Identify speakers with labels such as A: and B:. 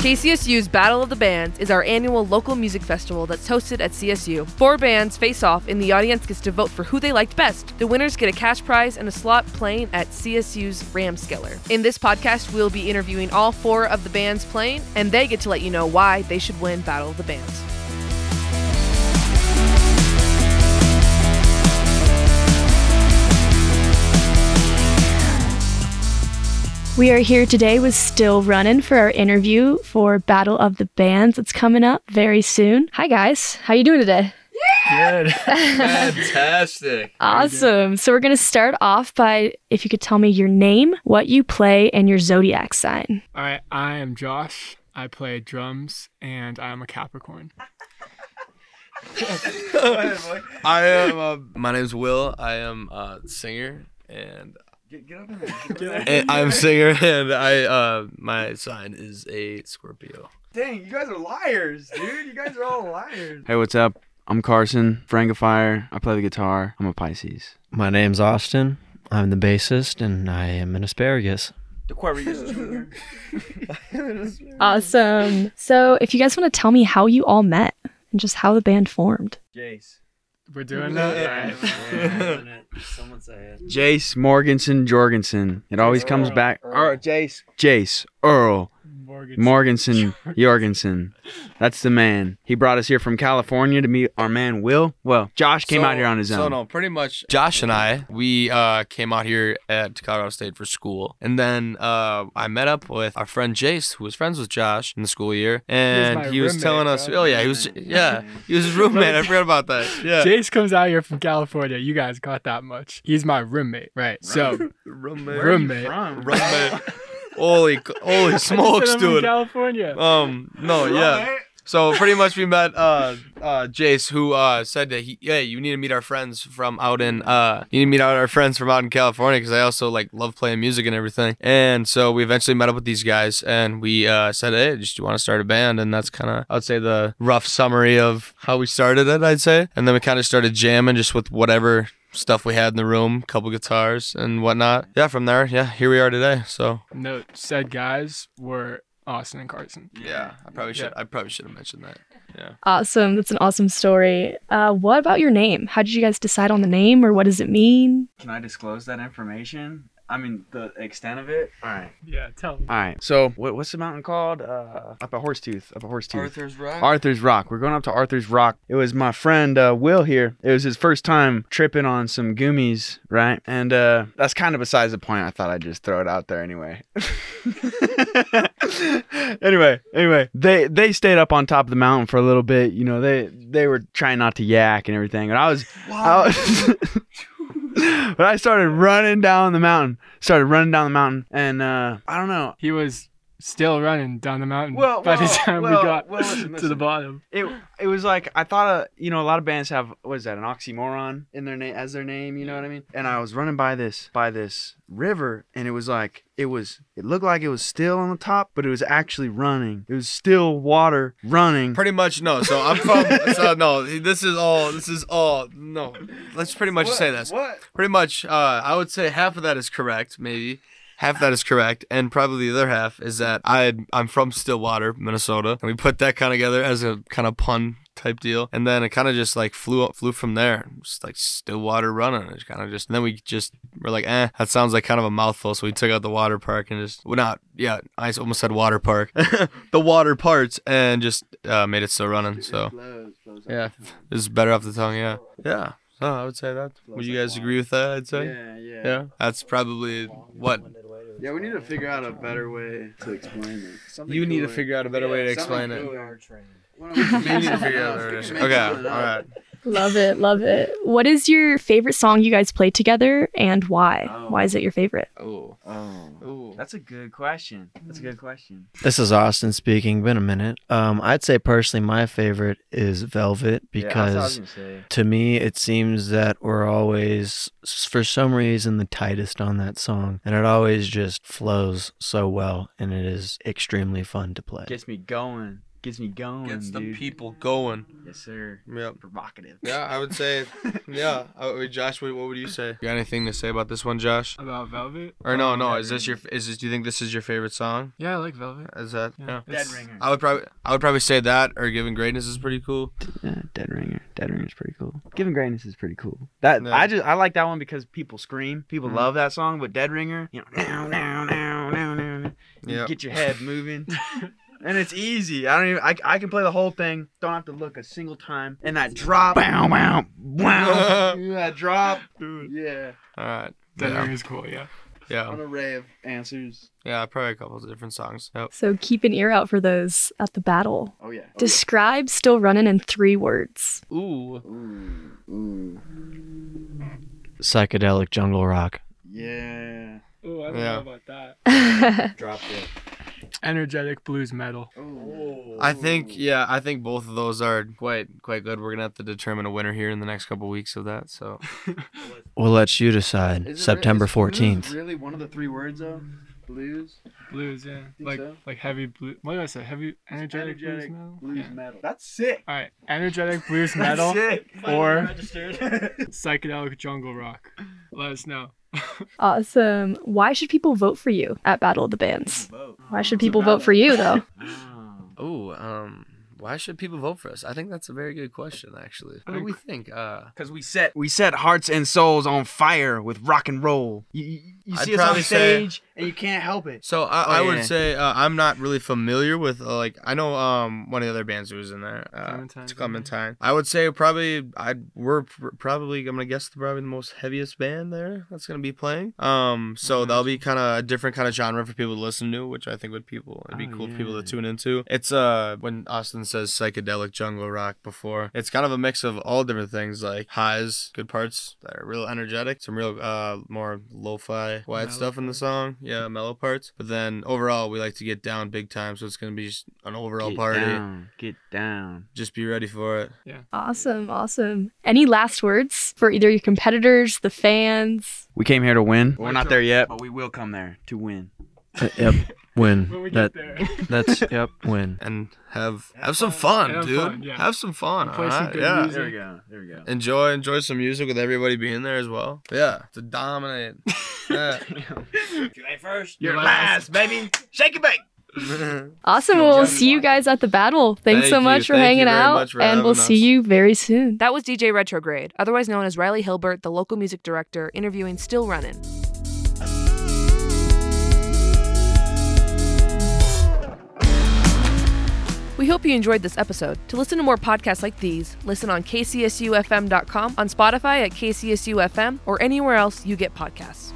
A: CCSU's Battle of the Bands is our annual local music festival that's hosted at CSU. Four bands face off, and the audience gets to vote for who they liked best. The winners get a cash prize and a slot playing at CSU's Ramskeller. In this podcast, we'll be interviewing all four of the bands playing, and they get to let you know why they should win Battle of the Bands.
B: We are here today with Still Runnin' for our interview for Battle of the Bands. It's coming up very soon. Hi guys, how you doing today?
C: Good.
D: Fantastic.
B: Awesome. So we're gonna start off by if you could tell me your name, what you play, and your zodiac sign.
C: All right, I am Josh. I play drums and I'm a Capricorn.
D: I am. Uh, my name's Will. I am a uh, singer and. And I'm a singer and I uh my sign is a Scorpio.
E: Dang, you guys are liars, dude. You guys are all liars.
F: Hey, what's up? I'm Carson, Frankifier. I play the guitar. I'm a Pisces.
G: My name's Austin. I'm the bassist, and I am an asparagus.
B: Awesome. So if you guys want to tell me how you all met and just how the band formed.
G: Jace.
C: We're doing that. All right.
G: Someone say it.
F: Jace Morganson Jorgensen. It always comes back. Earl. Jace. Jace Earl
C: Morgan.
F: Morganson Jorgensen. That's the man. He brought us here from California to meet our man Will. Well, Josh came
D: So-
F: out here on his
D: So
F: own.
D: no, pretty much. Josh and I, we uh, came out here at Colorado State for school, and then uh, I met up with our friend Jace, who was friends with Josh in the school year, and
C: my
D: he was
C: roommate,
D: telling us,
C: bro.
D: oh yeah, he was, yeah, he was his roommate. I forgot about that. Yeah,
C: Jace comes out here from California. You guys got that much. He's my roommate, right? So
D: roommate,
C: roommate.
D: roommate. Holy, holy
C: I
D: smokes,
C: said I'm from
D: dude.
C: California.
D: Um, no, yeah. So pretty much we met uh uh Jace who uh said that he yeah you need to meet our friends from out in uh you need to meet out our friends from out in California because I also like love playing music and everything and so we eventually met up with these guys and we uh said hey just you want to start a band and that's kind of I'd say the rough summary of how we started it I'd say and then we kind of started jamming just with whatever stuff we had in the room couple guitars and whatnot yeah from there yeah here we are today so
C: Note said guys were Austin and Carson.
D: yeah I probably should I probably should have mentioned that
B: Awesome. That's an awesome story. Uh, what about your name? How did you guys decide on the name or what does it mean?
E: Can I disclose that information? I mean, the extent of it? All right.
C: Yeah, tell me.
F: All right. So what, what's the mountain called? Uh, up at Horsetooth. Up at Horsetooth.
D: Rock
F: Arthur's Rock. We're going up to Arthur's Rock. It was my friend uh, Will here. It was his first time tripping on some gummies, right? And uh, that's kind of besides the point. I thought I'd just throw it out there anyway. anyway, anyway, they they stayed up on top of the mountain for a little bit. You know, they they were trying not to yak and everything. And I was, I was but I started running down the mountain. Started running down the mountain, and uh, I don't know.
C: He was still running down the mountain
F: Well,
C: by the
F: well,
C: time
F: well,
C: we got
F: well, listen,
C: to the
F: listen.
C: bottom.
F: it it was like I thought uh, you know a lot of bands have what is that an oxymoron in their name as their name you know what I mean and I was running by this by this river and it was like it was it looked like it was still on the top but it was actually running it was still water running
D: Pretty much no. So I'm from. so no, this is all. This is all. No, let's pretty much say this.
E: What?
D: Pretty much, uh, I would say half of that is correct, maybe. Half that is correct, and probably the other half is that I had, I'm from Stillwater, Minnesota, and we put that kind of together as a kind of pun type deal, and then it kind of just like flew up, flew from there, just like Stillwater running. It's kind of just, and then we just were like, eh, that sounds like kind of a mouthful, so we took out the water park and just, well, not, yeah, I almost said water park, the water parts, and just uh, made it still running. So yeah, it's better off the tongue, yeah, yeah. So I would say that. Would you guys agree with that? I'd say.
E: Yeah, yeah.
D: Yeah, that's probably what
E: Yeah, we need to figure out a better way to explain this. Something
D: you need to figure out a better way to explain it. You need to figure out a better way to- Okay, all right.
B: Love it. Love it. What is your favorite song you guys play together and why?
E: Oh.
B: Why is it your favorite?
D: Oh,
E: Oh.
D: oh.
E: That's a good question. That's a good question.
G: This is Austin speaking. Been a minute. Um, I'd say personally, my favorite is Velvet because to me it seems that we're always, s- for some reason, the tightest on that song, and it always just flows so well, and it is extremely fun to play.
F: me going Gets me going,
D: Gets the
F: dude.
D: people going.
F: yes, sir.
D: Yep.
F: Provocative.
D: Yeah, I would say. Yeah, I would- Josh, what what would you say? You got anything to say about this one, Josh?
C: About Velvet?
D: Or no, no. Is this your? Is this? Do you think this is your favorite song?
C: Yeah, I like Velvet.
D: Is that?
C: Yeah.
D: Yeah.
E: Dead ringer.
D: I would probably. I would probably say that or Giving Greatness is pretty cool.
F: Yeah, Dead Ringer. Dead Ringer's pretty cool. Given Greatness is pretty cool. That
D: Yeah.
F: I just I like that one because people scream. People love that song, but Dead Ringer, you know, now, now, now, now, now, now. You
D: Yeah.
F: Get your head moving. and it's easy. I don't even I, I can play the whole thing. Don't have to look a single time. And that drop. Bow, bow, wow. that drop. Yeah.
D: All right.
C: Dead
D: yeah.
C: Ring is cool, yeah.
D: yeah.
F: An array of answers.
D: Yeah. Probably a couple of different songs. Yep.
B: So keep an ear out for those at the battle.
F: Oh yeah.
B: Describe Still Running in three words.
D: Ooh.
F: Ooh, ooh.
G: Psychedelic jungle rock.
F: Yeah.
C: Oh, I
D: don't know Yeah.
C: about that.
F: Drop it.
C: Energetic blues metal.
F: Ooh.
D: I think yeah, I think both of those are quite quite good. We're gonna have to determine a winner here in the next couple weeks of that. So
G: We'll let you decide. September 14th.
F: Really, one of the three words though, blues.
C: Blues, yeah.
F: Think
C: Like
F: so?
C: like heavy blue. What did I say? Heavy energetic, blues metal. yeah.
F: metal. That's sick.
C: All right, energetic blues metal
F: sick.
C: or
E: Registered.
C: psychedelic jungle rock. Let us know.
B: Awesome. Why should people vote for you at Battle of the Bands?
E: Vote.
B: Why should people vote for you though?
D: ooh um. Why should people vote for us? I think that's a very good question, actually. What do we think? Uh,
F: Because we set we set hearts and souls on fire with rock and roll. You, you, you
D: I'd
F: see us on
D: probably say-
F: stage and you can't help it.
D: So I, I
F: Oh,
D: would
F: yeah.
D: say uh, I'm not really familiar with uh, like I know um one of the other bands who was in there. Uh,
C: Clementine's
D: it's
C: in there.
D: Clementine. I would say probably I we're pr- probably I'm gonna guess the probably the most heaviest band there that's gonna be playing. Um, so that'll be kind of a different kind of genre for people to listen to, which I think would people it'd be
F: Oh,
D: cool for
F: yeah.
D: people to tune into. It's uh when Austin says psychedelic jungle rock before, it's kind of a mix of all different things like highs, good parts that are real energetic, some real uh more lo-fi quiet
C: Mellow
D: stuff in the
C: parts.
D: song, yeah, mellow parts. But then overall, we like to get down big time, so it's gonna be just an overall party.
F: down. Get down.
D: Just be ready for it.
B: Awesome, awesome. Any last words for either your competitors, the fans?
F: We came here to win.
E: We're not there
F: yet, but we will come there to win.
G: Uh, yep.
C: When
G: Win.
C: we
G: That,
C: get there.
G: that's yep. Win.
D: and have have some fun,
C: And have
D: dude.
C: fun, yeah.
D: Have some fun.
C: And play some
D: alright?
C: good
D: yeah.
C: music.
F: There we go. There we go.
D: Enjoy enjoy some music with everybody being there as well. Yeah, to dominate. Yeah.
E: You ain't first.
C: Your
F: Last baby, shake it back.
B: Awesome.
D: Still
B: We'll
D: running
B: see you
D: wild.
B: guys at the battle. Thanks
D: Thank
B: so
D: you.
B: much for
D: Thank you
B: hanging
D: very
B: out,
D: much for
B: and
D: having
B: we'll
D: us.
B: see you very soon.
A: That was DJ Retrograde, otherwise known as Riley Hilbert, the local music director, interviewing Still Runnin'. We hope you enjoyed this episode. To listen to more podcasts like these, listen on kcsufm.com, on Spotify at kcsufm, or anywhere else you get podcasts.